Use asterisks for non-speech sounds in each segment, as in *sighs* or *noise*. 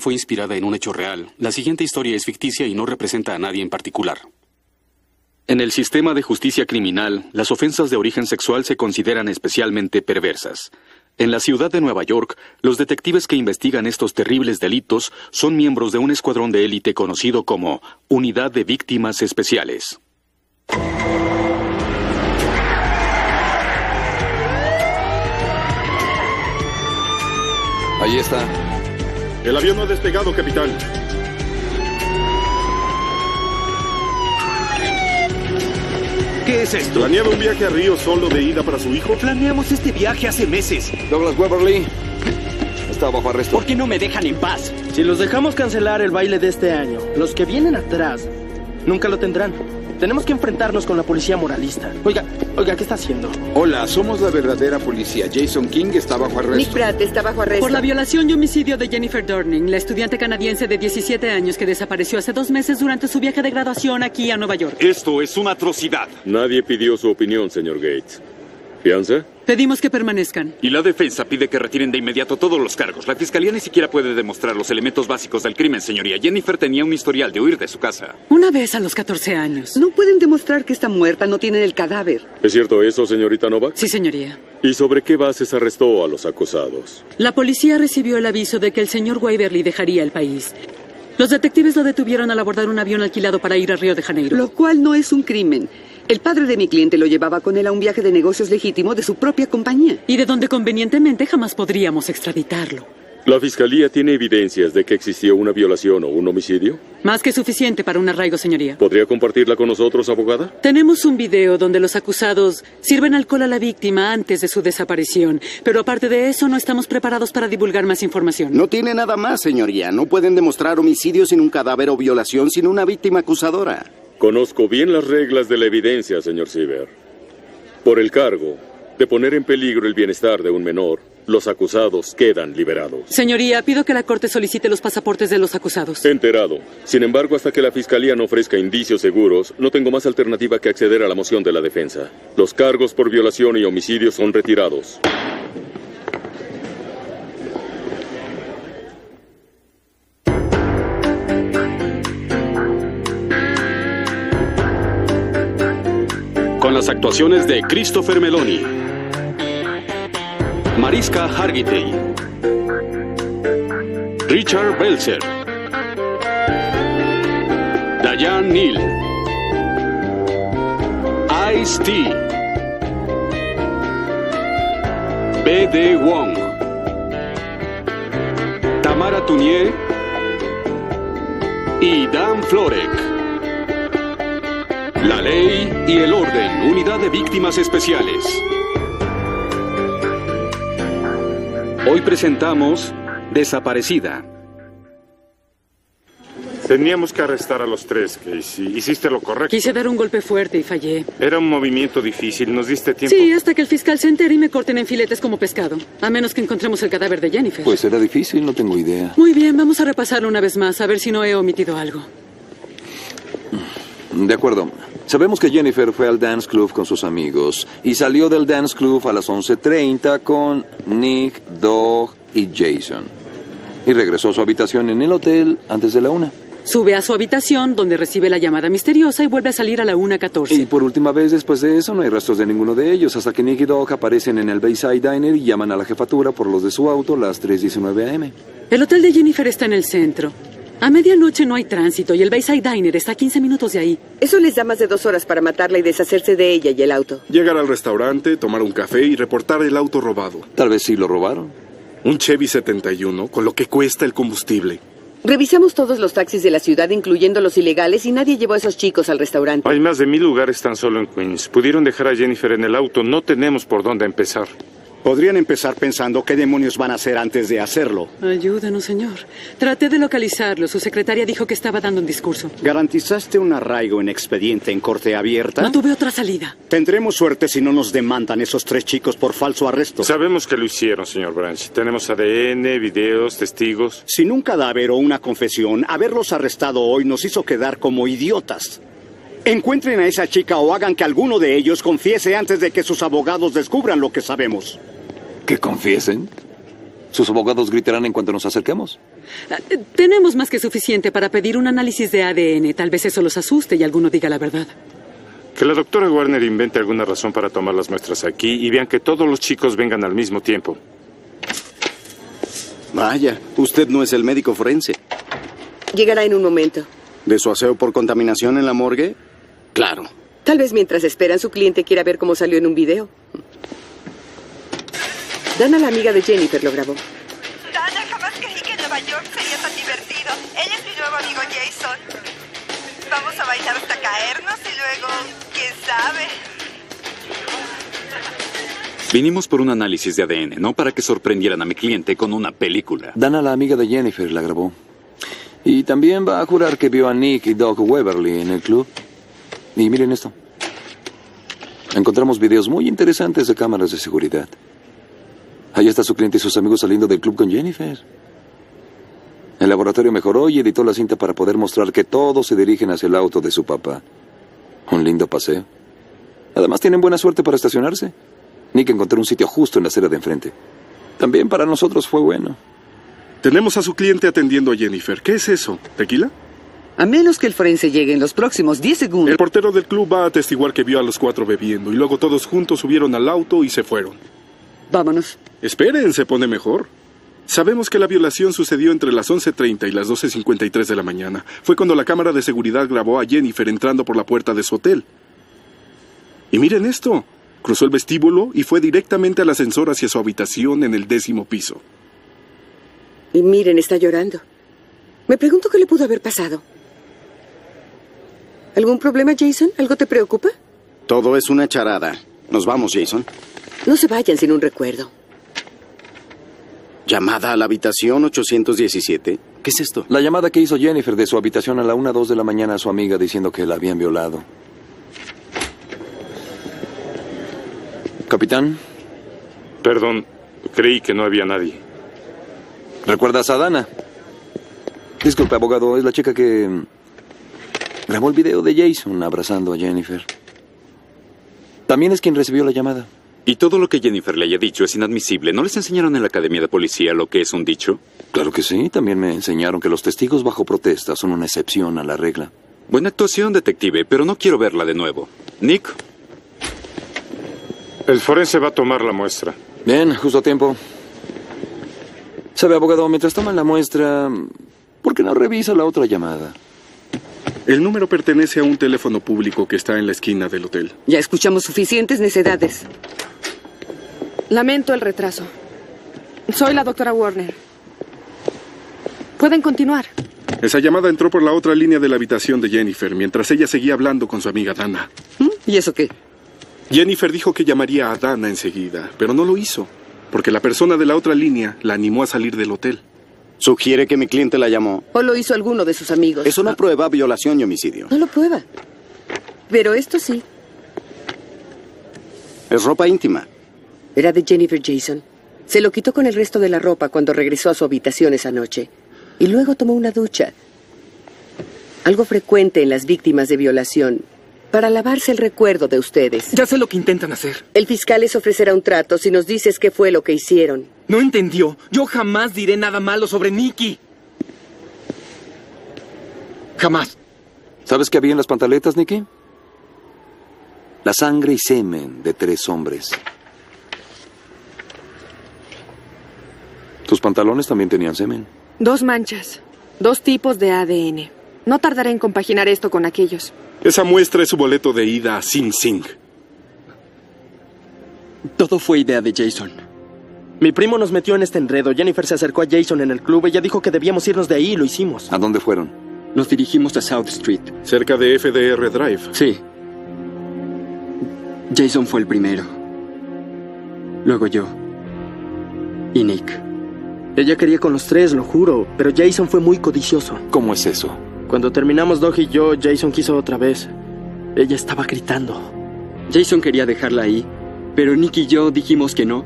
fue inspirada en un hecho real. La siguiente historia es ficticia y no representa a nadie en particular. En el sistema de justicia criminal, las ofensas de origen sexual se consideran especialmente perversas. En la ciudad de Nueva York, los detectives que investigan estos terribles delitos son miembros de un escuadrón de élite conocido como Unidad de Víctimas Especiales. Ahí está. El avión ha despegado, capitán. ¿Qué es esto? ¿Planeaba un viaje a Río solo de ida para su hijo? Planeamos este viaje hace meses. Douglas Weberly está bajo arresto. ¿Por qué no me dejan en paz? Si los dejamos cancelar el baile de este año, los que vienen atrás nunca lo tendrán. Tenemos que enfrentarnos con la policía moralista. Oiga, oiga, ¿qué está haciendo? Hola, somos la verdadera policía. Jason King está bajo arresto. Nick Pratt está bajo arresto. Por la violación y homicidio de Jennifer Dorning, la estudiante canadiense de 17 años que desapareció hace dos meses durante su viaje de graduación aquí a Nueva York. Esto es una atrocidad. Nadie pidió su opinión, señor Gates. ¿Fianza? Pedimos que permanezcan. Y la defensa pide que retiren de inmediato todos los cargos. La fiscalía ni siquiera puede demostrar los elementos básicos del crimen, señoría. Jennifer tenía un historial de huir de su casa. Una vez a los 14 años. No pueden demostrar que está muerta, no tienen el cadáver. ¿Es cierto eso, señorita Novak? Sí, señoría. ¿Y sobre qué bases arrestó a los acosados? La policía recibió el aviso de que el señor Waverly dejaría el país. Los detectives lo detuvieron al abordar un avión alquilado para ir a Río de Janeiro. Lo cual no es un crimen. El padre de mi cliente lo llevaba con él a un viaje de negocios legítimo de su propia compañía. Y de donde convenientemente jamás podríamos extraditarlo. ¿La fiscalía tiene evidencias de que existió una violación o un homicidio? Más que suficiente para un arraigo, señoría. ¿Podría compartirla con nosotros, abogada? Tenemos un video donde los acusados sirven alcohol a la víctima antes de su desaparición, pero aparte de eso no estamos preparados para divulgar más información. No tiene nada más, señoría. No pueden demostrar homicidio sin un cadáver o violación sin una víctima acusadora. Conozco bien las reglas de la evidencia, señor Siever. Por el cargo de poner en peligro el bienestar de un menor, los acusados quedan liberados. Señoría, pido que la Corte solicite los pasaportes de los acusados. Enterado. Sin embargo, hasta que la Fiscalía no ofrezca indicios seguros, no tengo más alternativa que acceder a la moción de la defensa. Los cargos por violación y homicidio son retirados. con las actuaciones de Christopher Meloni, Mariska Hargitay, Richard Belzer, Diane Neal, Ice T, B.D. Wong, Tamara Tunier y Dan Florek. La ley y el orden, unidad de víctimas especiales. Hoy presentamos Desaparecida. Teníamos que arrestar a los tres, Casey. Hiciste lo correcto. Quise dar un golpe fuerte y fallé. Era un movimiento difícil, nos diste tiempo. Sí, hasta que el fiscal se entere y me corten en filetes como pescado. A menos que encontremos el cadáver de Jennifer. Pues era difícil, no tengo idea. Muy bien, vamos a repasarlo una vez más, a ver si no he omitido algo. De acuerdo. Sabemos que Jennifer fue al dance club con sus amigos y salió del dance club a las 11.30 con Nick, Doug y Jason. Y regresó a su habitación en el hotel antes de la una. Sube a su habitación donde recibe la llamada misteriosa y vuelve a salir a la 1.14. Y por última vez después de eso no hay rastros de ninguno de ellos hasta que Nick y Doug aparecen en el Bayside Diner y llaman a la jefatura por los de su auto a las 3.19 am. El hotel de Jennifer está en el centro. A medianoche no hay tránsito y el Bayside Diner está a 15 minutos de ahí. Eso les da más de dos horas para matarla y deshacerse de ella y el auto. Llegar al restaurante, tomar un café y reportar el auto robado. Tal vez sí lo robaron. Un Chevy 71, con lo que cuesta el combustible. Revisamos todos los taxis de la ciudad, incluyendo los ilegales, y nadie llevó a esos chicos al restaurante. Hay más de mil lugares tan solo en Queens. Pudieron dejar a Jennifer en el auto. No tenemos por dónde empezar. Podrían empezar pensando qué demonios van a hacer antes de hacerlo. Ayúdanos, señor. Traté de localizarlo. Su secretaria dijo que estaba dando un discurso. ¿Garantizaste un arraigo en expediente en corte abierta? No tuve otra salida. Tendremos suerte si no nos demandan esos tres chicos por falso arresto. Sabemos que lo hicieron, señor Branch. Tenemos ADN, videos, testigos. Sin un cadáver o una confesión, haberlos arrestado hoy nos hizo quedar como idiotas. Encuentren a esa chica o hagan que alguno de ellos confiese antes de que sus abogados descubran lo que sabemos. ¿Que confiesen? Sus abogados gritarán en cuanto nos acerquemos. Ah, eh, Tenemos más que suficiente para pedir un análisis de ADN. Tal vez eso los asuste y alguno diga la verdad. Que la doctora Warner invente alguna razón para tomar las muestras aquí y vean que todos los chicos vengan al mismo tiempo. Vaya, usted no es el médico forense. Llegará en un momento. ¿De su aseo por contaminación en la morgue? Claro. Tal vez mientras esperan su cliente quiera ver cómo salió en un video. Dana, la amiga de Jennifer, lo grabó. Dana, jamás creí que en Nueva York sería tan divertido. Él es mi nuevo amigo Jason. Vamos a bailar hasta caernos y luego, quién sabe. Vinimos por un análisis de ADN, no para que sorprendieran a mi cliente con una película. Dana, la amiga de Jennifer, la grabó. Y también va a jurar que vio a Nick y Doc Weberly en el club. Y miren esto. Encontramos videos muy interesantes de cámaras de seguridad. Ahí está su cliente y sus amigos saliendo del club con Jennifer. El laboratorio mejoró y editó la cinta para poder mostrar que todos se dirigen hacia el auto de su papá. Un lindo paseo. Además tienen buena suerte para estacionarse. Nick encontró un sitio justo en la acera de enfrente. También para nosotros fue bueno. Tenemos a su cliente atendiendo a Jennifer. ¿Qué es eso? ¿Tequila? A menos que el forense llegue en los próximos 10 segundos. El portero del club va a atestiguar que vio a los cuatro bebiendo y luego todos juntos subieron al auto y se fueron. Vámonos. Esperen, se pone mejor. Sabemos que la violación sucedió entre las 11.30 y las 12.53 de la mañana. Fue cuando la cámara de seguridad grabó a Jennifer entrando por la puerta de su hotel. Y miren esto. Cruzó el vestíbulo y fue directamente al ascensor hacia su habitación en el décimo piso. Y miren, está llorando. Me pregunto qué le pudo haber pasado. ¿Algún problema, Jason? ¿Algo te preocupa? Todo es una charada. Nos vamos, Jason. No se vayan sin un recuerdo. Llamada a la habitación 817. ¿Qué es esto? La llamada que hizo Jennifer de su habitación a la 1-2 de la mañana a su amiga diciendo que la habían violado. Capitán. Perdón, creí que no había nadie. ¿Recuerdas a Dana? Disculpe, abogado, es la chica que mm, grabó el video de Jason abrazando a Jennifer. También es quien recibió la llamada. Y todo lo que Jennifer le haya dicho es inadmisible. ¿No les enseñaron en la academia de policía lo que es un dicho? Claro que sí, también me enseñaron que los testigos bajo protesta son una excepción a la regla. Buena actuación, detective, pero no quiero verla de nuevo. Nick, El forense va a tomar la muestra. Bien, justo a tiempo. Sabe, abogado, mientras toman la muestra, ¿por qué no revisa la otra llamada? El número pertenece a un teléfono público que está en la esquina del hotel. Ya escuchamos suficientes necedades. Lamento el retraso. Soy la doctora Warner. Pueden continuar. Esa llamada entró por la otra línea de la habitación de Jennifer mientras ella seguía hablando con su amiga Dana. ¿Y eso qué? Jennifer dijo que llamaría a Dana enseguida, pero no lo hizo, porque la persona de la otra línea la animó a salir del hotel. Sugiere que mi cliente la llamó. O lo hizo alguno de sus amigos. Eso no prueba violación y homicidio. No lo prueba. Pero esto sí. Es ropa íntima. Era de Jennifer Jason. Se lo quitó con el resto de la ropa cuando regresó a su habitación esa noche. Y luego tomó una ducha. Algo frecuente en las víctimas de violación. Para lavarse el recuerdo de ustedes. Ya sé lo que intentan hacer. El fiscal les ofrecerá un trato si nos dices qué fue lo que hicieron. No entendió. Yo jamás diré nada malo sobre Nicky. Jamás. ¿Sabes qué había en las pantaletas, Nicky? La sangre y semen de tres hombres. Tus pantalones también tenían semen. Dos manchas. Dos tipos de ADN. No tardaré en compaginar esto con aquellos. Esa muestra es su boleto de ida a Sing Sing. Todo fue idea de Jason. Mi primo nos metió en este enredo. Jennifer se acercó a Jason en el club. Ella dijo que debíamos irnos de ahí y lo hicimos. ¿A dónde fueron? Nos dirigimos a South Street. Cerca de FDR Drive. Sí. Jason fue el primero. Luego yo. Y Nick. Ella quería con los tres, lo juro, pero Jason fue muy codicioso. ¿Cómo es eso? Cuando terminamos Doug y yo, Jason quiso otra vez. Ella estaba gritando. Jason quería dejarla ahí, pero Nick y yo dijimos que no.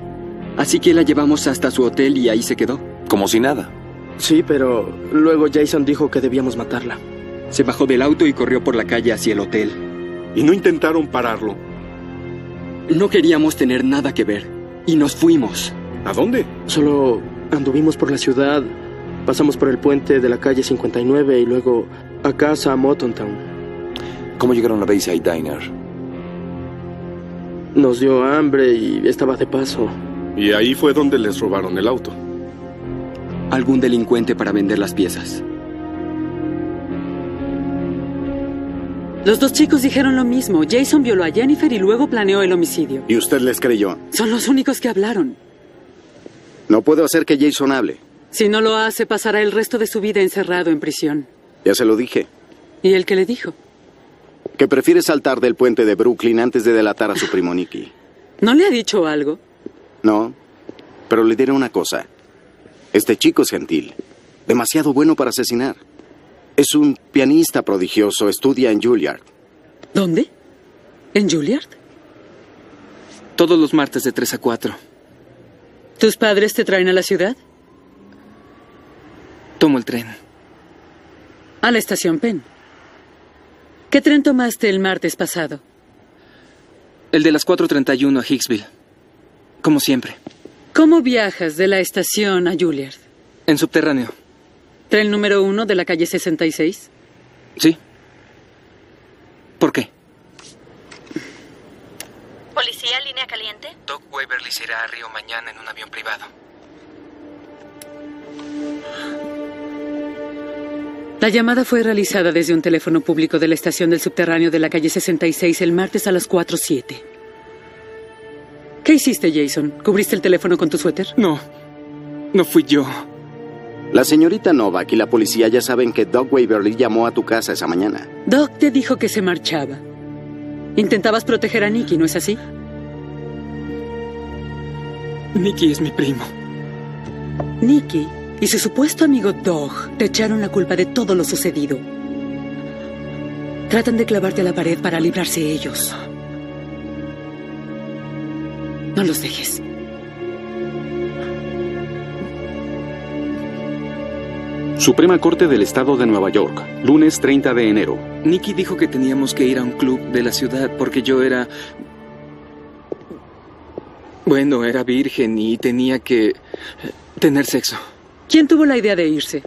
Así que la llevamos hasta su hotel y ahí se quedó. Como si nada. Sí, pero luego Jason dijo que debíamos matarla. Se bajó del auto y corrió por la calle hacia el hotel. Y no intentaron pararlo. No queríamos tener nada que ver. Y nos fuimos. ¿A dónde? Solo Anduvimos por la ciudad, pasamos por el puente de la calle 59 y luego a casa a Moton Town. ¿Cómo llegaron a Bayside Diner? Nos dio hambre y estaba de paso. Y ahí fue donde les robaron el auto. Algún delincuente para vender las piezas. Los dos chicos dijeron lo mismo. Jason violó a Jennifer y luego planeó el homicidio. Y usted les creyó. Son los únicos que hablaron. No puedo hacer que Jason hable. Si no lo hace, pasará el resto de su vida encerrado en prisión. Ya se lo dije. ¿Y el que le dijo? Que prefiere saltar del puente de Brooklyn antes de delatar a su primo Nicky. ¿No le ha dicho algo? No. Pero le diré una cosa. Este chico es gentil. Demasiado bueno para asesinar. Es un pianista prodigioso. Estudia en Juilliard. ¿Dónde? ¿En Juilliard? Todos los martes de 3 a 4. ¿Tus padres te traen a la ciudad? Tomo el tren. A la estación Penn. ¿Qué tren tomaste el martes pasado? El de las 4.31 a Hicksville. Como siempre. ¿Cómo viajas de la estación a Juilliard? En subterráneo. ¿Tren número uno de la calle 66? Sí. ¿Por qué? Policía, línea caliente. Doc Waverly se irá a Río mañana en un avión privado. La llamada fue realizada desde un teléfono público de la estación del subterráneo de la calle 66 el martes a las 4.07. ¿Qué hiciste, Jason? ¿Cubriste el teléfono con tu suéter? No. No fui yo. La señorita Novak y la policía ya saben que Doug Waverly llamó a tu casa esa mañana. Doc te dijo que se marchaba. Intentabas proteger a Nicky, ¿no es así? Nicky es mi primo. Nicky y su supuesto amigo Doug te echaron la culpa de todo lo sucedido. Tratan de clavarte a la pared para librarse ellos. No los dejes. Suprema Corte del Estado de Nueva York, lunes 30 de enero. Nicky dijo que teníamos que ir a un club de la ciudad porque yo era... Bueno, era virgen y tenía que tener sexo. ¿Quién tuvo la idea de irse?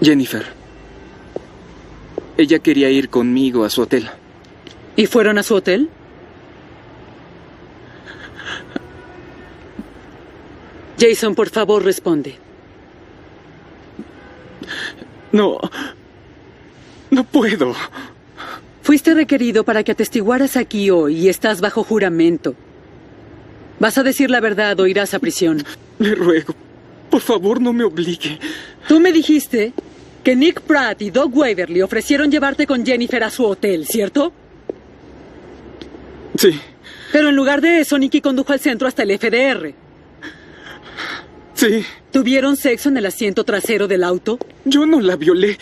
Jennifer. Ella quería ir conmigo a su hotel. ¿Y fueron a su hotel? Jason, por favor, responde. No. No puedo. Fuiste requerido para que atestiguaras aquí hoy y estás bajo juramento. Vas a decir la verdad o irás a prisión. Le ruego, por favor, no me obligue. Tú me dijiste que Nick Pratt y Doug Waverly ofrecieron llevarte con Jennifer a su hotel, ¿cierto? Sí, Pero en lugar de eso, Nicky condujo al centro hasta el FDR. sí. ¿Tuvieron sexo en el asiento trasero del auto? Yo no la violé.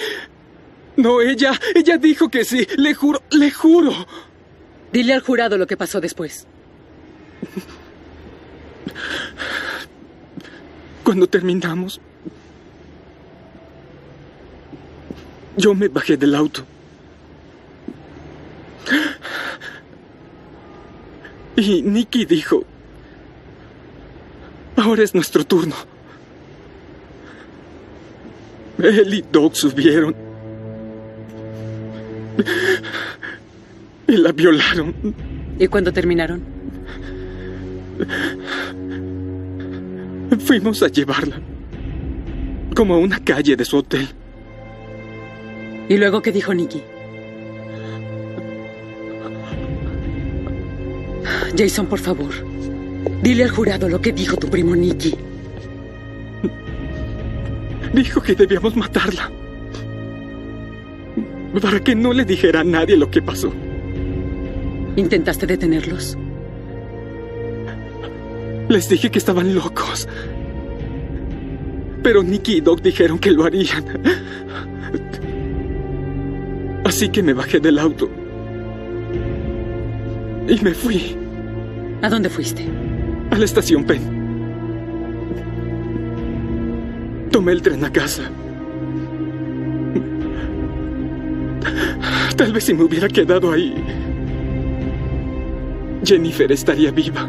No, ella. Ella dijo que sí. Le juro, le juro. Dile al jurado lo que pasó después. Cuando terminamos, yo me bajé del auto. Y Nicky dijo, ahora es nuestro turno. Él y Doc subieron. Y la violaron. ¿Y cuando terminaron? Fuimos a llevarla. Como a una calle de su hotel. ¿Y luego qué dijo Nicky? Jason, por favor, dile al jurado lo que dijo tu primo Nicky. Dijo que debíamos matarla. Para que no le dijera a nadie lo que pasó. ¿Intentaste detenerlos? Les dije que estaban locos. Pero Nicky y Doc dijeron que lo harían. Así que me bajé del auto. Y me fui ¿A dónde fuiste? a la estación Penn. Tomé el tren a casa. Tal vez si me hubiera quedado ahí, Jennifer estaría viva.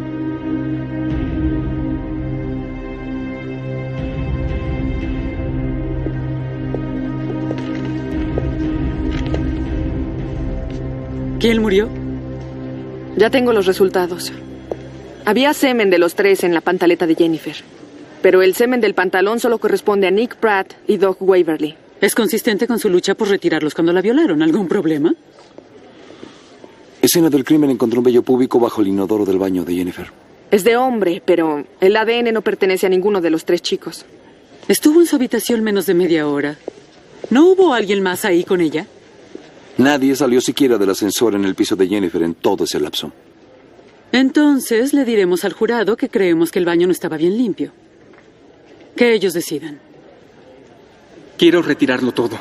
¿Y él murió? Ya tengo los resultados. Había semen de los tres en la pantaleta de Jennifer, pero el semen del pantalón solo corresponde a Nick Pratt y Doc Waverly. ¿Es consistente con su lucha por retirarlos cuando la violaron? ¿Algún problema? Escena del crimen encontró un vello púbico bajo el inodoro del baño de Jennifer. Es de hombre, pero el ADN no pertenece a ninguno de los tres chicos. Estuvo en su habitación menos de media hora. ¿No hubo alguien más ahí con ella? Nadie salió siquiera del ascensor en el piso de Jennifer en todo ese lapso. Entonces le diremos al jurado que creemos que el baño no estaba bien limpio. Que ellos decidan. Quiero retirarlo todo.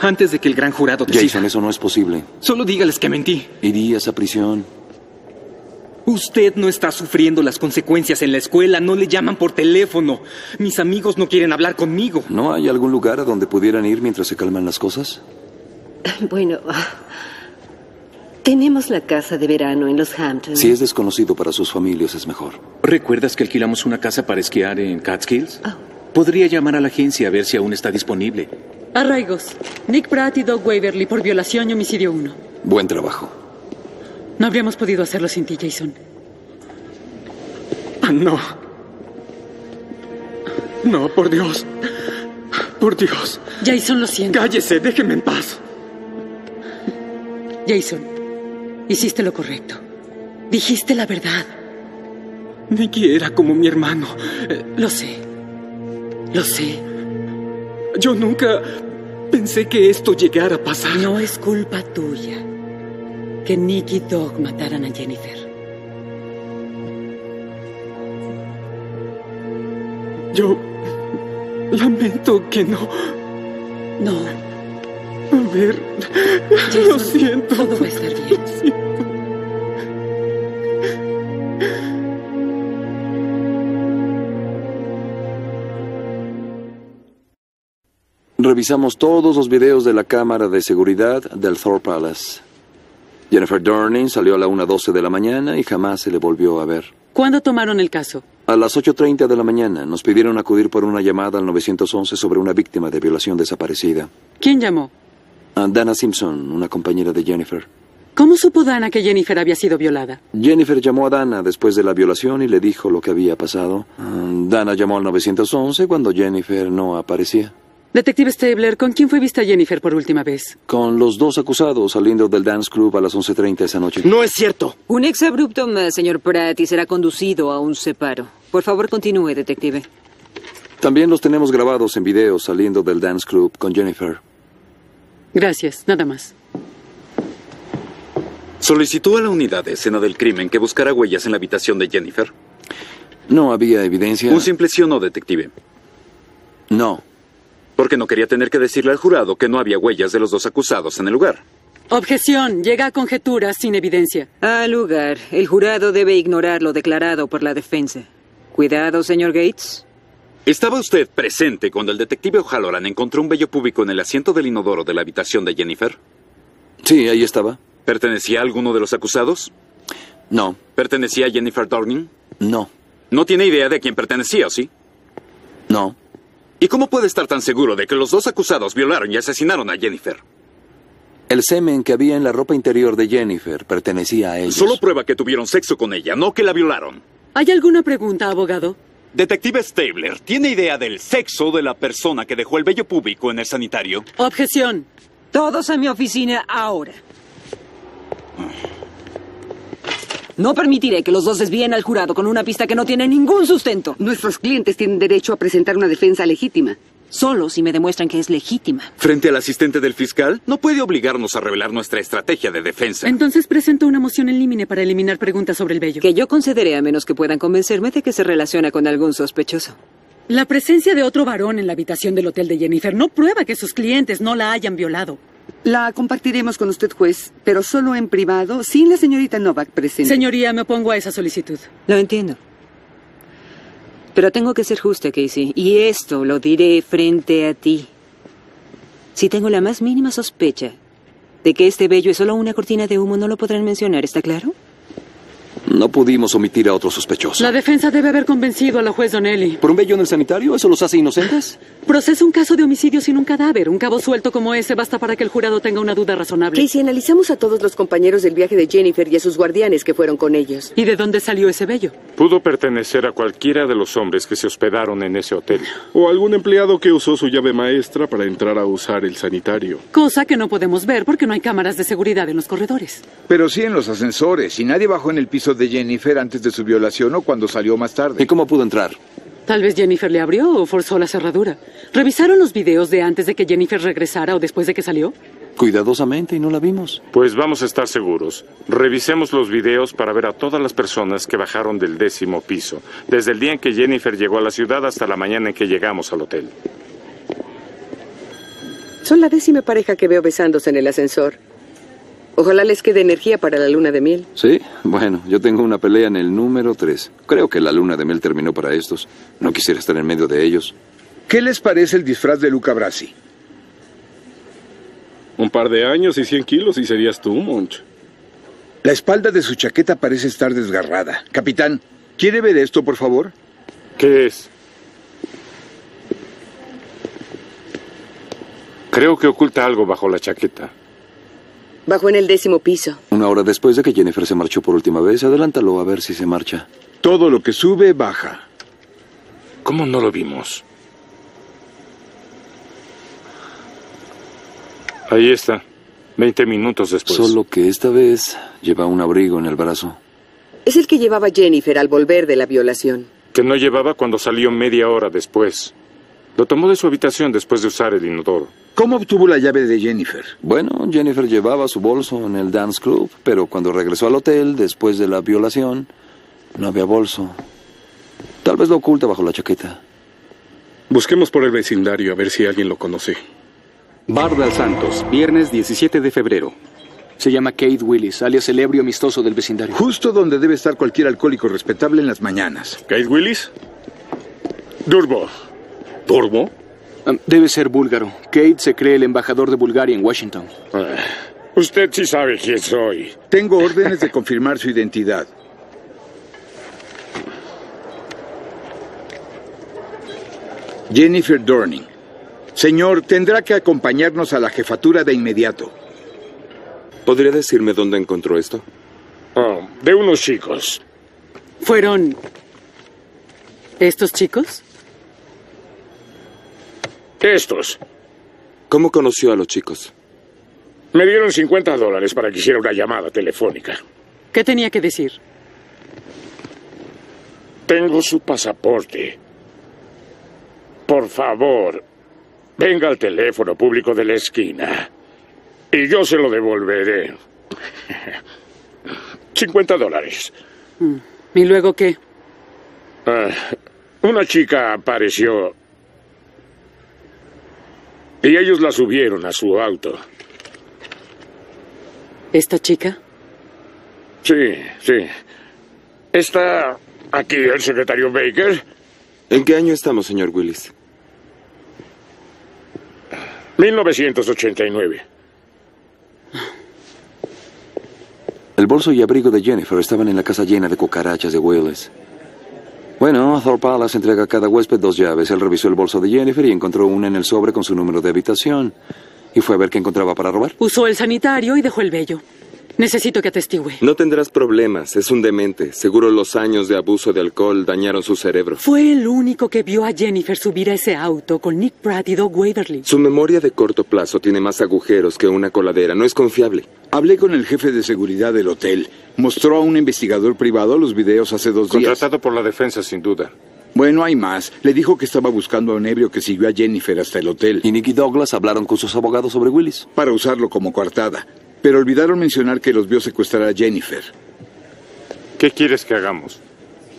Antes de que el gran jurado decida. Jason, eso no es posible. Solo dígales que mentí. Irías a prisión. Usted no está sufriendo las consecuencias en la escuela, no le llaman por teléfono. Mis amigos no quieren hablar conmigo. ¿No hay algún lugar a donde pudieran ir mientras se calman las cosas? *coughs* *sighs* Bueno, tenemos la casa de verano en los Hamptons. Si es desconocido para sus familias, es mejor. ¿Recuerdas que alquilamos una casa para esquiar en Catskills? Podría llamar a la agencia a ver si aún está disponible. Arraigos. Nick Pratt y Doug Waverly por violación y homicidio 1. Buen trabajo. No habríamos podido hacerlo sin ti, Jason. Ah, no. No, por Dios. Por Dios. Jason, lo siento. Cállese, déjeme en paz. Jason, hiciste lo correcto. Dijiste la verdad. Nicky era como mi hermano. Eh, Lo sé. Lo sé. Yo nunca pensé que esto llegara a pasar. No es culpa tuya que Nick y Doug mataran a Jennifer. Yo lamento que no. No. A ver. Jason, lo siento. Todo va a estar bien. Lo siento. Revisamos todos los videos de la cámara de seguridad del Thor Palace. Jennifer Durning salió a la 1.12 de la mañana y jamás se le volvió a ver. ¿Cuándo tomaron el caso? A las 8.30 de la mañana nos pidieron acudir por una llamada al 911 sobre una víctima de violación desaparecida. ¿Quién llamó? A Dana Simpson, una compañera de Jennifer. ¿Cómo supo Dana que Jennifer había sido violada? Jennifer llamó a Dana después de la violación y le dijo lo que había pasado. Mm, Dana llamó al 911 cuando Jennifer no aparecía. Detective Stabler, ¿con quién fue vista Jennifer por última vez? Con los dos acusados saliendo del dance club a las 11.30 esa noche. No es cierto. Un exabrupto más, señor Pratt, y será conducido a un separo. Por favor, continúe, detective. También los tenemos grabados en video saliendo del dance club con Jennifer. Gracias, nada más. Solicitó a la unidad de escena del crimen que buscara huellas en la habitación de Jennifer. No había evidencia. Un simple sí o no, detective. No. Porque no quería tener que decirle al jurado que no había huellas de los dos acusados en el lugar. Objeción, llega a conjeturas sin evidencia. Al lugar, el jurado debe ignorar lo declarado por la defensa. Cuidado, señor Gates. ¿Estaba usted presente cuando el detective O'Halloran encontró un vello púbico en el asiento del inodoro de la habitación de Jennifer? Sí, ahí estaba. ¿Pertenecía a alguno de los acusados? No, ¿Pertenecía a Jennifer Dorning? no, No tiene idea de quién pertenecía, ¿o sí? no. ¿Y cómo puede estar tan seguro de que los dos acusados violaron y asesinaron a Jennifer? El semen que había en la ropa interior de Jennifer pertenecía a ellos. Solo prueba que tuvieron sexo con ella, no que la violaron. ¿Hay alguna pregunta, abogado? Detective Stabler, ¿tiene idea del sexo de la persona que dejó el vello público en el sanitario? Objeción. Todos a mi oficina ahora. No permitiré que los dos desvíen al jurado con una pista que no tiene ningún sustento. Nuestros clientes tienen derecho a presentar una defensa legítima. Solo si me demuestran que es legítima. Frente al asistente del fiscal, no puede obligarnos a revelar nuestra estrategia de defensa. Entonces presento una moción en límine para eliminar preguntas sobre el vello. Que yo concederé a menos que puedan convencerme de que se relaciona con algún sospechoso. La presencia de otro varón en la habitación del hotel de Jennifer no prueba que sus clientes no la hayan violado. La compartiremos con usted, juez, pero solo en privado, sin la señorita Novak presente. Señoría, me opongo a esa solicitud. Lo entiendo. Pero tengo que ser justa, Casey, y esto lo diré frente a ti. Si tengo la más mínima sospecha de que este bello es solo una cortina de humo, no lo podrán mencionar, ¿está claro? No pudimos omitir a otro sospechoso. La defensa debe haber convencido a la juez Donnelly. ¿Por un bello en el sanitario? ¿Eso los hace inocentes? Procesa un caso de homicidio sin un cadáver. Un cabo suelto como ese basta para que el jurado tenga una duda razonable. Casey, analizamos a todos los compañeros del viaje de Jennifer y a sus guardianes que fueron con ellos. ¿Y de dónde salió ese bello? Pudo pertenecer a cualquiera de los hombres que se hospedaron en ese hotel. O algún empleado que usó su llave maestra para entrar a usar el sanitario. Cosa que no podemos ver porque no hay cámaras de seguridad en los corredores. Pero sí en los ascensores, y nadie bajó en el piso de Jennifer antes de su violación o cuando salió más tarde. ¿Y cómo pudo entrar? Tal vez Jennifer le abrió o forzó la cerradura. ¿Revisaron los videos de antes de que Jennifer regresara o después de que salió? Cuidadosamente y no la vimos. Pues vamos a estar seguros. Revisemos los videos para ver a todas las personas que bajaron del décimo piso, desde el día en que Jennifer llegó a la ciudad hasta la mañana en que llegamos al hotel. Son la décima pareja que veo besándose en el ascensor. Ojalá les quede energía para la luna de miel. ¿Sí? Bueno, yo tengo una pelea en el número 3. Creo que la luna de miel terminó para estos. No quisiera estar en medio de ellos. ¿Qué les parece el disfraz de Luca Brasi? Un par de años y 100 kilos y serías tú, Monch. La espalda de su chaqueta parece estar desgarrada. Capitán, ¿quiere ver esto, por favor? ¿Qué es? Creo que oculta algo bajo la chaqueta. Bajó en el décimo piso. Una hora después de que Jennifer se marchó por última vez, adelántalo a ver si se marcha. Todo lo que sube, baja. ¿Cómo no lo vimos? Ahí está. Veinte minutos después. Solo que esta vez lleva un abrigo en el brazo. Es el que llevaba Jennifer al volver de la violación. Que no llevaba cuando salió media hora después. Lo tomó de su habitación después de usar el inodoro. ¿Cómo obtuvo la llave de Jennifer? Bueno, Jennifer llevaba su bolso en el dance club, pero cuando regresó al hotel después de la violación, no había bolso. Tal vez lo oculta bajo la chaqueta. Busquemos por el vecindario a ver si alguien lo conoce. Bar del Santos, viernes 17 de febrero. Se llama Kate Willis, alias el ebrio amistoso del vecindario. Justo donde debe estar cualquier alcohólico respetable en las mañanas. ¿Kate Willis? Durbo. ¿Durbo? Um, debe ser búlgaro. Kate se cree el embajador de Bulgaria en Washington. Ah, usted sí sabe quién soy. Tengo órdenes de confirmar su identidad. Jennifer Dorning. Señor, tendrá que acompañarnos a la jefatura de inmediato. ¿Podría decirme dónde encontró esto? Ah, de unos chicos. ¿Fueron estos chicos? Estos. ¿Cómo conoció a los chicos? Me dieron 50 dólares para que hiciera una llamada telefónica. ¿Qué tenía que decir? Tengo su pasaporte. Por favor, venga al teléfono público de la esquina. Y yo se lo devolveré. *laughs* 50 dólares. ¿Y luego qué? Ah, una chica apareció y ellos la subieron a su auto. ¿Esta chica? Sí, sí. ¿Está aquí el secretario Baker? ¿En qué año estamos, señor Willis? 1989. El bolso y abrigo de Jennifer estaban en la casa llena de cucarachas de Willis. Bueno, Thorpe Palace entrega a cada huésped dos llaves. Él revisó el bolso de Jennifer y encontró una en el sobre con su número de habitación. Y fue a ver qué encontraba para robar. Usó el sanitario y dejó el vello. Necesito que atestigüe. No tendrás problemas, es un demente. Seguro los años de abuso de alcohol dañaron su cerebro. Fue el único que vio a Jennifer subir a ese auto con Nick Pratt y Doug Waverly. Su memoria de corto plazo tiene más agujeros que una coladera, no es confiable. Hablé con el jefe de seguridad del hotel. Mostró a un investigador privado los videos hace dos días. Contratado por la defensa, sin duda. Bueno, hay más. Le dijo que estaba buscando a un ebrio que siguió a Jennifer hasta el hotel. Y Nick y Douglas hablaron con sus abogados sobre Willis. Para usarlo como coartada. Pero olvidaron mencionar que los vio secuestrar a Jennifer. ¿Qué quieres que hagamos?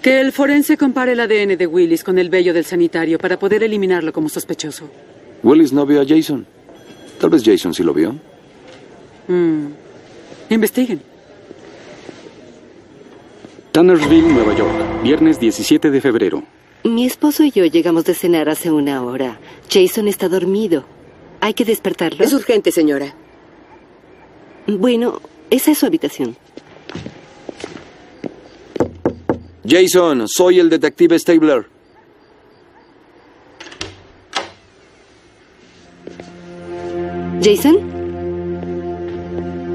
Que el forense compare el ADN de Willis con el vello del sanitario para poder eliminarlo como sospechoso. Willis no vio a Jason. Tal vez Jason sí lo vio. Mm. Investiguen. Tannersville, Nueva York, viernes 17 de febrero. Mi esposo y yo llegamos de cenar hace una hora. Jason está dormido. Hay que despertarlo. Es urgente, señora. Bueno, esa es su habitación. Jason, soy el detective Stabler. ¿Jason?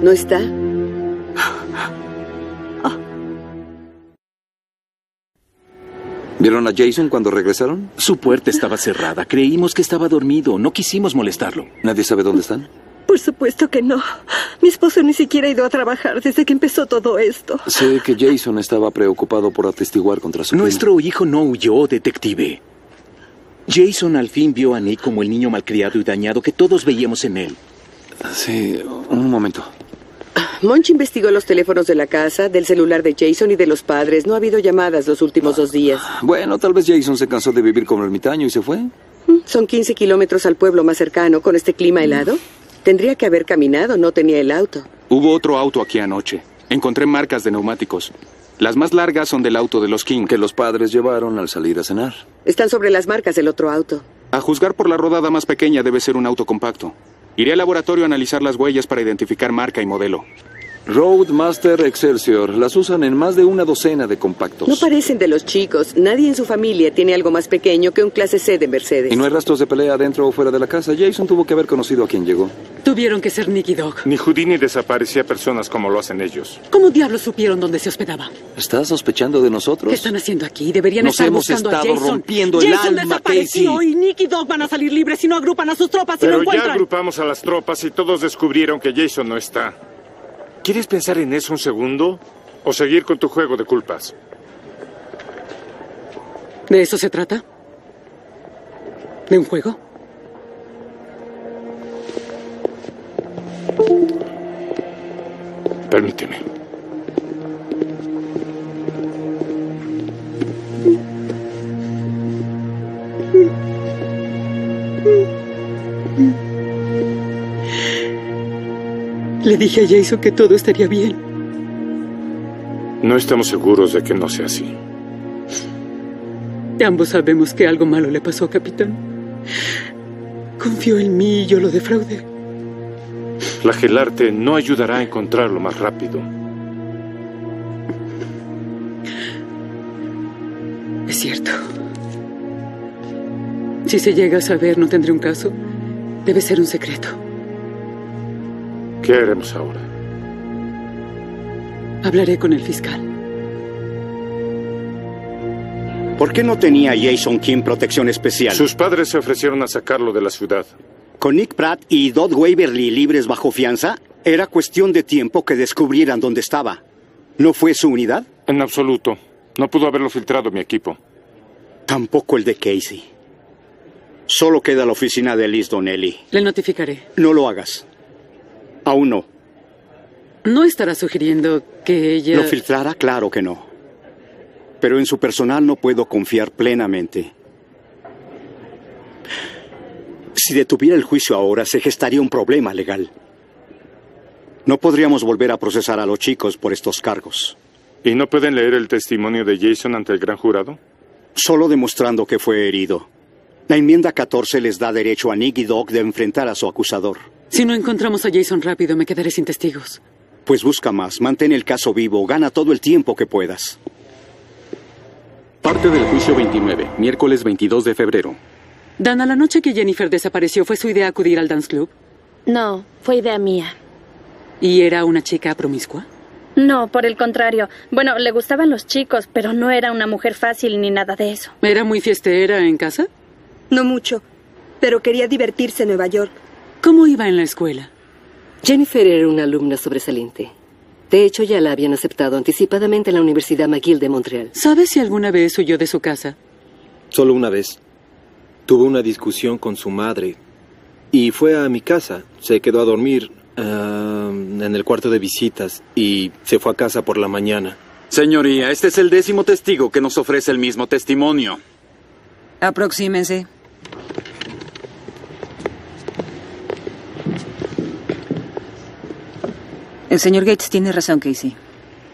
¿No está? ¿Vieron a Jason cuando regresaron? Su puerta estaba cerrada. Creímos que estaba dormido. No quisimos molestarlo. ¿Nadie sabe dónde están? Por supuesto que no. Mi esposo ni siquiera ha ido a trabajar desde que empezó todo esto. Sé que Jason estaba preocupado por atestiguar contra su Nuestro hijo no huyó, detective. Jason al fin vio a Nick como el niño malcriado y dañado que todos veíamos en él. crimen. Sí, un momento. Monch investigó los teléfonos de la casa, del celular de Jason y de los padres. No ha habido llamadas los últimos dos días. Bueno, tal vez Jason se cansó de vivir como ermitaño y se fue. Mm, Son 15 kilómetros al pueblo más cercano con este clima helado. Tendría que haber caminado, no tenía el auto. Hubo otro auto aquí anoche. Encontré marcas de neumáticos. Las más largas son del auto de los King. Que los padres llevaron al salir a cenar. Están sobre las marcas del otro auto. A juzgar por la rodada más pequeña debe ser un auto compacto. Iré al laboratorio a analizar las huellas para identificar marca y modelo. Roadmaster Excelsior. Las usan en más de una docena de compactos. No parecen de los chicos. Nadie en su familia tiene algo más pequeño que un clase C de Mercedes. Y no hay rastros de pelea dentro o fuera de la casa. Jason tuvo que haber conocido a quien llegó. Tuvieron que ser Nicky Dog. Ni Houdini desaparecía personas como lo hacen ellos. ¿Cómo diablos supieron dónde se hospedaba? ¿Estás sospechando de nosotros? ¿Qué están haciendo aquí? Deberían Nos estar hemos buscando a estado Jason. rompiendo el Jason alma, desapareció Casey. y Nick y Dog van a salir libres si no agrupan a sus tropas y lo Pero ya encuentran. agrupamos a las tropas y todos descubrieron que Jason no está. ¿Quieres pensar en eso un segundo? ¿O seguir con tu juego de culpas? ¿De eso se trata? ¿De un juego? Permíteme. Le dije a Jason que todo estaría bien. No estamos seguros de que no sea así. Ambos sabemos que algo malo le pasó, capitán. Confió en mí y yo lo defraudé. Flagelarte no ayudará a encontrarlo más rápido. Es cierto. Si se llega a saber, no tendré un caso. Debe ser un secreto. ¿Qué haremos ahora? Hablaré con el fiscal. ¿Por qué no tenía Jason King protección especial? Sus padres se ofrecieron a sacarlo de la ciudad. Con Nick Pratt y Dodd Waverly libres bajo fianza, era cuestión de tiempo que descubrieran dónde estaba. ¿No fue su unidad? En absoluto. No pudo haberlo filtrado mi equipo. Tampoco el de Casey. Solo queda la oficina de Liz Donnelly. Le notificaré. No lo hagas. Aún no. No estará sugiriendo que ella... ¿Lo filtrará? Claro que no. Pero en su personal no puedo confiar plenamente. Si detuviera el juicio ahora, se gestaría un problema legal. No podríamos volver a procesar a los chicos por estos cargos, ¿Y no pueden leer el testimonio de Jason ante el gran jurado? solo demostrando que fue herido. La enmienda 14 les da derecho a Nick y Doc de enfrentar a su acusador. Si no encontramos a Jason rápido, me quedaré sin testigos. Pues busca más, mantén el caso vivo, gana todo el tiempo que puedas. Parte del juicio 29, miércoles 22 de febrero. Dan, a la noche que Jennifer desapareció, ¿fue su idea acudir al dance club? No, fue idea mía. ¿Y era una chica promiscua? No, por el contrario. Bueno, le gustaban los chicos, pero no era una mujer fácil ni nada de eso. ¿Era muy fiestera en casa? No mucho, pero quería divertirse en Nueva York. ¿Cómo iba en la escuela? Jennifer era una alumna sobresaliente. De hecho, ya la habían aceptado anticipadamente en la Universidad McGill de Montreal. ¿Sabes si alguna vez huyó de su casa? Solo una vez. Tuvo una discusión con su madre y fue a mi casa. Se quedó a dormir ah, en el cuarto de visitas y se fue a casa por la mañana. Señoría, este es el décimo testigo que nos ofrece el mismo testimonio. Aproxímense. El señor Gates tiene razón, Casey.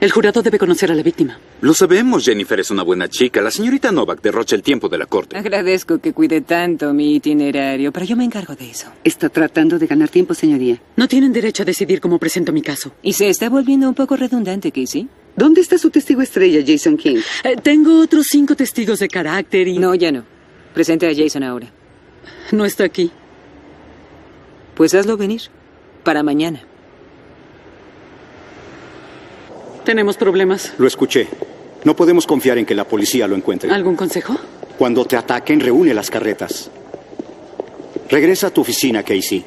El jurado debe conocer a la víctima. Lo sabemos, Jennifer es una buena chica. La señorita Novak derrocha el tiempo de la corte. Agradezco que cuide tanto mi itinerario, pero yo me encargo de eso. Está tratando de ganar tiempo, señoría. No tienen derecho a decidir cómo presento mi caso. Y se está volviendo un poco redundante, Casey. ¿Dónde está su testigo estrella, Jason King? Eh, tengo otros cinco testigos de carácter y... No, ya no. Presente a Jason ahora. No está aquí. Pues hazlo venir. Para mañana. Tenemos problemas. Lo escuché. No podemos confiar en que la policía lo encuentre. ¿Algún consejo? Cuando te ataquen, reúne las carretas. Regresa a tu oficina, Casey.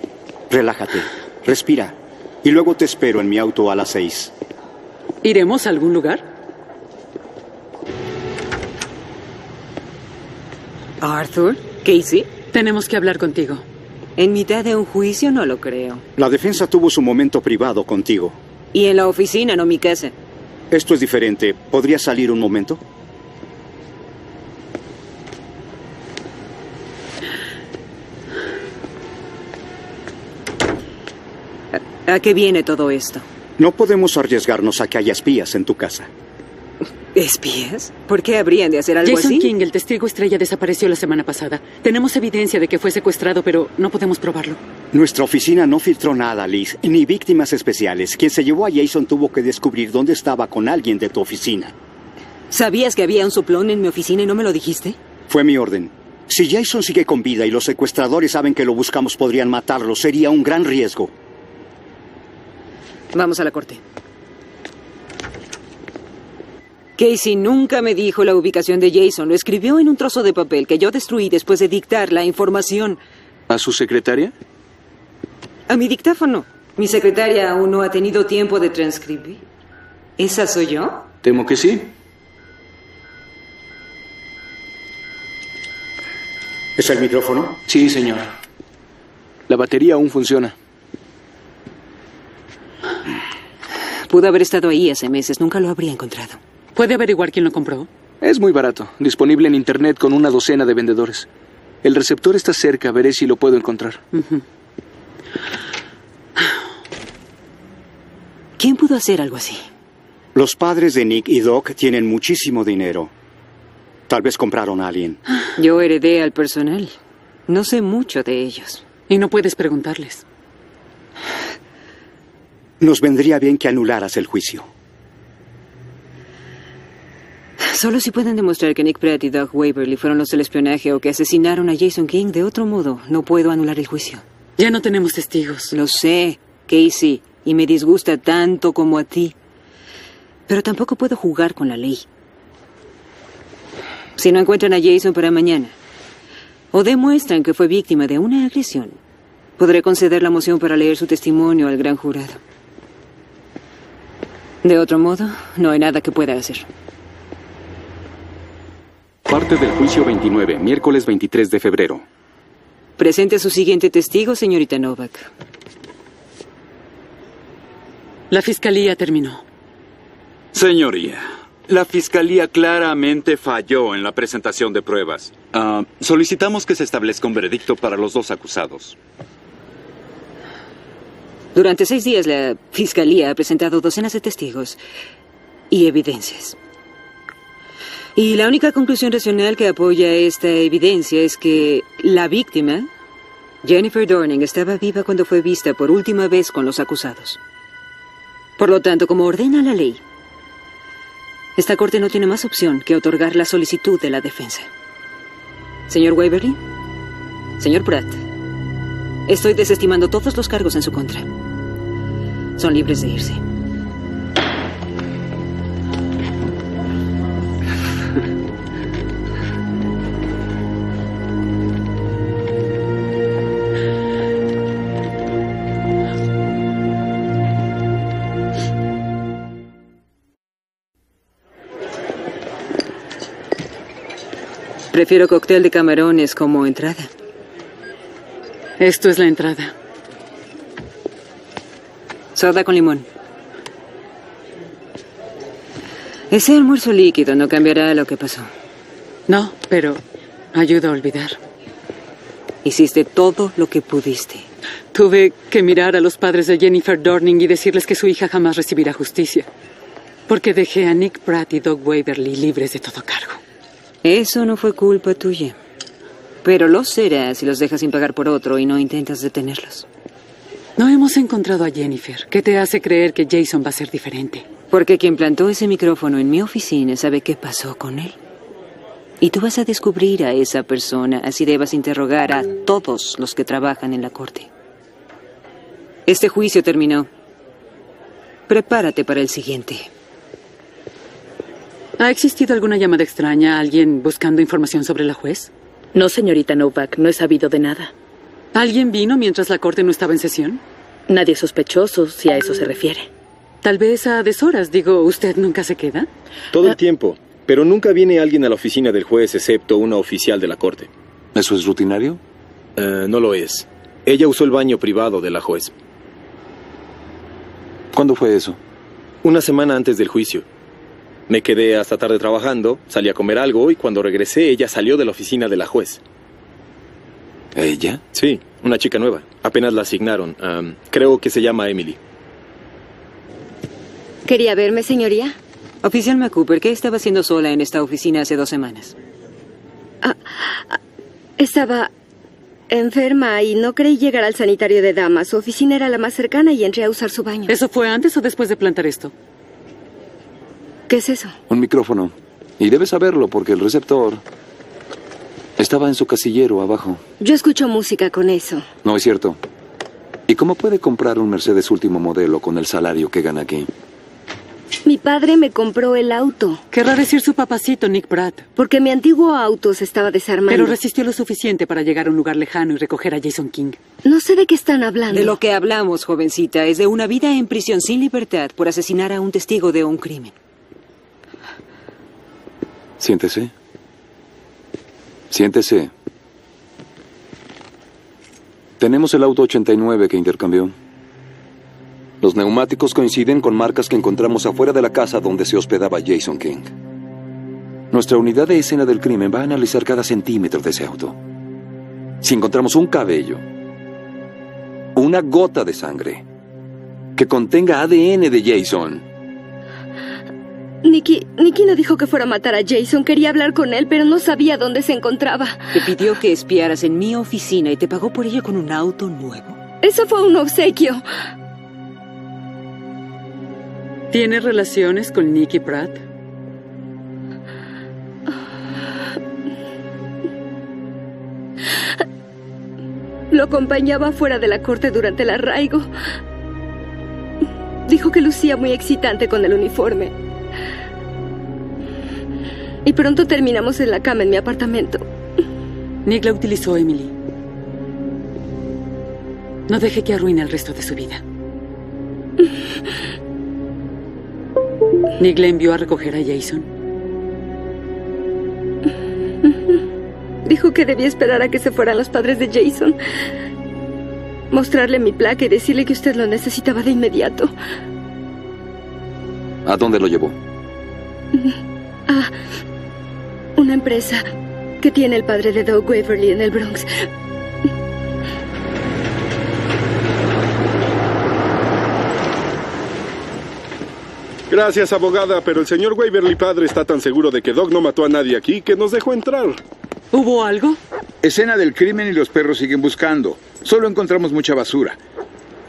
Relájate, respira. Y luego te espero en mi auto a las seis. ¿Iremos a algún lugar? Arthur, Casey. Tenemos que hablar contigo. En mitad de un juicio no lo creo. La defensa tuvo su momento privado contigo. Y en la oficina, no mi casa. Esto es diferente. ¿Podría salir un momento? ¿A qué viene todo esto? No podemos arriesgarnos a que haya espías en tu casa. ¿Espías? ¿Por qué habrían de hacer algo Jason así? King, el testigo estrella, desapareció la semana pasada. Tenemos evidencia de que fue secuestrado, pero no podemos probarlo. Nuestra oficina no filtró nada, Liz, ni víctimas especiales. Quien se llevó a Jason tuvo que descubrir dónde estaba con alguien de tu oficina. ¿Sabías que había un soplón en mi oficina y no me lo dijiste? Fue mi orden. Si Jason sigue con vida y los secuestradores saben que lo buscamos, podrían matarlo. Sería un gran riesgo. Vamos a la corte. Casey nunca me dijo la ubicación de Jason. Lo escribió en un trozo de papel que yo destruí después de dictar la información. ¿A su secretaria? A mi dictáfono. Mi secretaria aún no ha tenido tiempo de transcribir. ¿Esa soy yo? Temo que sí. ¿Es el micrófono? Sí, señor. La batería aún funciona. Pudo haber estado ahí hace meses. Nunca lo habría encontrado. ¿Puede averiguar quién lo compró? Es muy barato, disponible en internet con una docena de vendedores. El receptor está cerca, veré si lo puedo encontrar. Ujú. ¿Quién pudo hacer algo así? Los padres de Nick y Doc tienen muchísimo dinero. Tal vez compraron a alguien. Yo heredé al personal. No sé mucho de ellos. Y no puedes preguntarles. Nos vendría bien que anularas el juicio. Solo si pueden demostrar que Nick Pratt y Doug Waverly fueron los del espionaje o que asesinaron a Jason King de otro modo, no puedo anular el juicio. Ya no tenemos testigos. Lo sé, Casey, y me disgusta tanto como a ti. Pero tampoco puedo jugar con la ley. Si no encuentran a Jason para mañana, o demuestran que fue víctima de una agresión, podré conceder la moción para leer su testimonio al gran jurado. De otro modo, no hay nada que pueda hacer. Parte del juicio 29, miércoles 23 de febrero. Presente a su siguiente testigo, señorita Novak. La fiscalía terminó. Señoría, la Fiscalía claramente falló en la presentación de pruebas. Ah, solicitamos que se establezca un veredicto para los dos acusados. Durante seis días la Fiscalía ha presentado docenas de testigos y evidencias. Y la única conclusión racional que apoya esta evidencia es que la víctima, Jennifer Dorning, estaba viva cuando fue vista por última vez con los acusados. Por lo tanto, como ordena la ley, esta Corte no tiene más opción que otorgar la solicitud de la defensa. Señor Waverly, señor Pratt, estoy desestimando todos los cargos en su contra. Son libres de irse. Prefiero cóctel de camarones como entrada. Esto es la entrada. Soda con limón. Ese almuerzo líquido no cambiará lo que pasó. No, pero ayuda a olvidar. Hiciste todo lo que pudiste. Tuve que mirar a los padres de Jennifer Dorning y decirles que su hija jamás recibirá justicia. Porque dejé a Nick Pratt y Doug Waverly libres de todo cargo. Eso no fue culpa tuya. Pero lo será si los dejas sin pagar por otro y no intentas detenerlos. No hemos encontrado a Jennifer. ¿Qué te hace creer que Jason va a ser diferente? Porque quien plantó ese micrófono en mi oficina sabe qué pasó con él. Y tú vas a descubrir a esa persona, así debas interrogar a todos los que trabajan en la corte. Este juicio terminó. Prepárate para el siguiente. ¿Ha existido alguna llamada extraña? ¿Alguien buscando información sobre la juez? No, señorita Novak, no he sabido de nada. ¿Alguien vino mientras la corte no estaba en sesión? Nadie sospechoso, si a eso se refiere. Tal vez a deshoras. Digo, ¿usted nunca se queda? Todo el tiempo. Pero nunca viene alguien a la oficina del juez excepto una oficial de la corte. ¿Eso es rutinario? Eh, no lo es. Ella usó el baño privado de la juez. ¿Cuándo fue eso? Una semana antes del juicio. Me quedé hasta tarde trabajando, salí a comer algo y cuando regresé ella salió de la oficina de la juez. ¿Ella? Sí, una chica nueva. Apenas la asignaron. Am, creo que se llama Emily. ¿Quería verme, señoría? Oficial McCooper, ¿qué estaba haciendo sola en esta oficina hace dos semanas? Estaba enferma y no creí llegar al sanitario de damas. Su oficina era la más cercana y entré a usar su baño. ¿Eso fue antes o después de plantar esto? ¿Qué es eso? Un micrófono. Y debe saberlo porque el receptor estaba en su casillero abajo. Yo escucho música con eso. No es cierto. ¿Y cómo puede comprar un Mercedes último modelo con el salario que gana aquí? Mi padre me compró el auto Querrá decir su papacito, Nick Pratt. porque mi antiguo auto se estaba desarmando. Pero resistió lo suficiente para llegar a un lugar lejano y recoger a Jason King. No sé de qué están hablando. Ah, De lo que hablamos, jovencita, es de una vida en prisión sin libertad por asesinar a un testigo de un crimen. Siéntese. Siéntese. Tenemos el auto 89 que intercambió. Los neumáticos coinciden con marcas que encontramos afuera de la casa donde se hospedaba Jason King. Nuestra unidad de escena del crimen va a analizar cada centímetro de ese auto. Si encontramos un cabello, una gota de sangre, que contenga ADN de Jason, Nicky, Nicky no dijo que fuera a matar a Jason. Quería hablar con él, pero no sabía dónde se encontraba. Te pidió que espiaras en mi oficina y te pagó por ello con un auto nuevo. Eso fue un obsequio. ¿Tiene relaciones con Nicky Pratt? Lo acompañaba fuera de la corte durante el arraigo. Dijo que lucía muy excitante con el uniforme. Y pronto terminamos en la cama en mi apartamento. Nick la utilizó Emily. No deje que arruine el resto de su vida. Nick le envió a recoger a Jason. Dijo que debía esperar a que se fueran los padres de Jason. Mostrarle mi placa y decirle que usted lo necesitaba de inmediato. ¿a dónde lo llevó? Ah, una empresa que tiene el padre de Doug Waverly en el Bronx. Gracias, abogada, pero el señor Waverly padre está tan seguro de que Doc no mató a nadie aquí que nos dejó entrar. ¿Hubo algo? Escena del crimen y los perros siguen buscando. Solo encontramos mucha basura.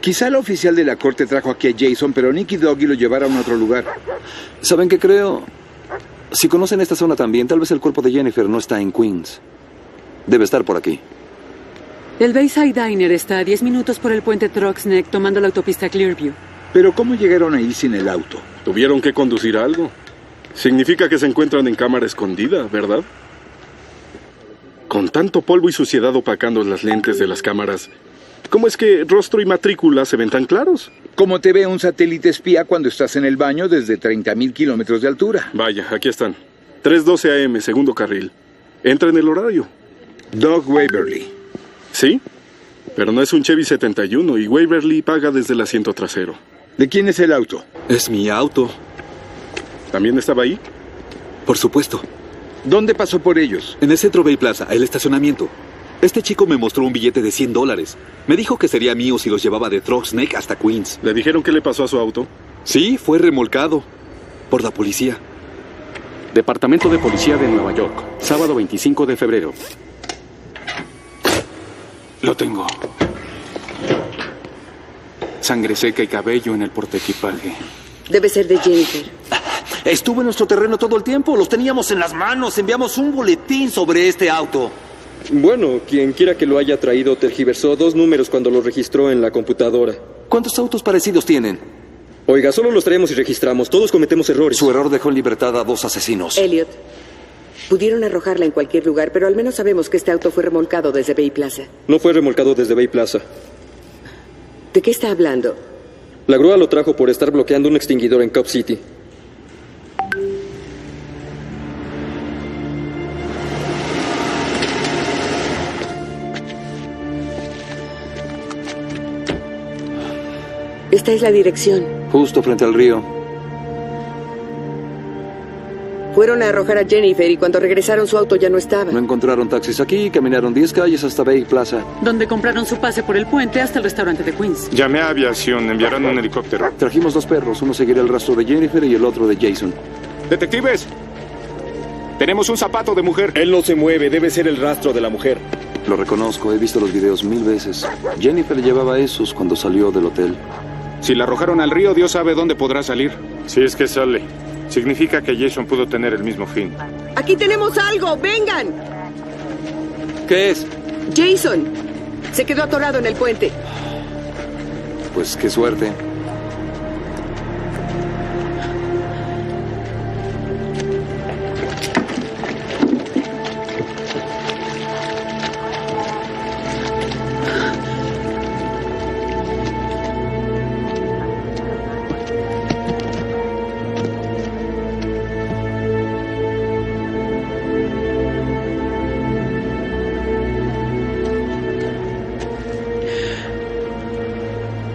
Quizá el oficial de la corte trajo aquí a Jason, pero Nicky Doggy lo llevaron a otro lugar. ¿Saben qué creo? Si conocen esta zona también, tal vez el cuerpo de Jennifer no está en Queens. Debe estar por aquí. El Bayside Diner está a 10 minutos por el puente Troxneck tomando la autopista Clearview. Pero ¿cómo llegaron ahí sin el auto? Tuvieron que conducir algo. Significa que se encuentran en cámara escondida, ¿verdad? Con tanto polvo y suciedad opacando las lentes de las cámaras, ¿cómo es que rostro y matrícula se ven tan claros? Como te ve un satélite espía cuando estás en el baño desde 30.000 kilómetros de altura. Vaya, aquí están. 3.12 AM, segundo carril. Entra en el horario. Doug Waverly. ¿Sí? Pero no es un Chevy 71 y Waverly paga desde el asiento trasero. ¿De quién es el auto? Es mi auto. ¿También estaba ahí? Por supuesto. ¿Dónde pasó por ellos? En el Centro Bay Plaza, el estacionamiento. Este chico me mostró un billete de 100 dólares. Me dijo que sería mío si los llevaba de Neck hasta Queens. ¿Le dijeron qué le pasó a su auto? Sí, fue remolcado. Por la policía. Departamento de Policía de Nueva York, sábado 25 de febrero. Lo tengo. Sangre seca y cabello en el portaequipaje. Debe ser de Jennifer. Estuvo en nuestro terreno todo el tiempo, los teníamos en las manos, enviamos un boletín sobre este auto. Bueno, quien quiera que lo haya traído tergiversó dos números cuando lo registró en la computadora. ¿Cuántos autos parecidos tienen? Oiga, solo los traemos y registramos. Todos cometemos errores. Su error dejó en libertad a dos asesinos. Elliot, pudieron arrojarla en cualquier lugar, pero al menos sabemos que este auto fue remolcado desde Bay Plaza. No fue remolcado desde Bay Plaza. ¿De qué está hablando? La grúa lo trajo por estar bloqueando un extinguidor en Cup City. Esta es la dirección. Justo frente al río. Fueron a arrojar a Jennifer y cuando regresaron su auto ya no estaba. No encontraron taxis aquí, caminaron 10 calles hasta Bay Plaza. Donde compraron su pase por el puente hasta el restaurante de Queens. Llamé a aviación, enviarán un helicóptero. Trajimos dos perros, uno seguirá el rastro de Jennifer y el otro de Jason. Detectives, tenemos un zapato de mujer. Él no se mueve, debe ser el rastro de la mujer. Lo reconozco, he visto los videos mil veces. Jennifer llevaba esos cuando salió del hotel. Si la arrojaron al río, Dios sabe dónde podrá salir. Si es que sale, significa que Jason pudo tener el mismo fin. Aquí tenemos algo, vengan. ¿Qué es? Jason se quedó atorado en el puente. Pues qué suerte.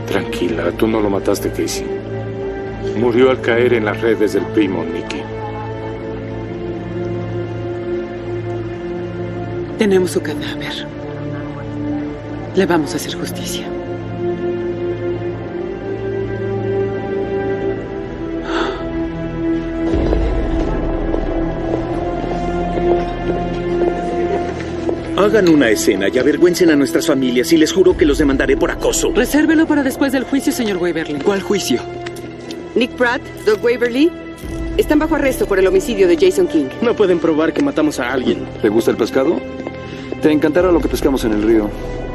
Tranquila, tú no lo mataste, Casey. Murió al caer en las redes del primo Nicky. Tenemos su cadáver. Le vamos a hacer justicia. Hagan una escena y avergüencen a nuestras familias y les juro que los demandaré por acoso. Resérvelo para después del juicio, señor Waverly. ¿Cuál juicio? Nick Pratt, Doug Waverly, están bajo arresto por el homicidio de Jason King. No pueden probar que matamos a alguien. ¿Te gusta el pescado? Te encantará lo que pescamos en el río.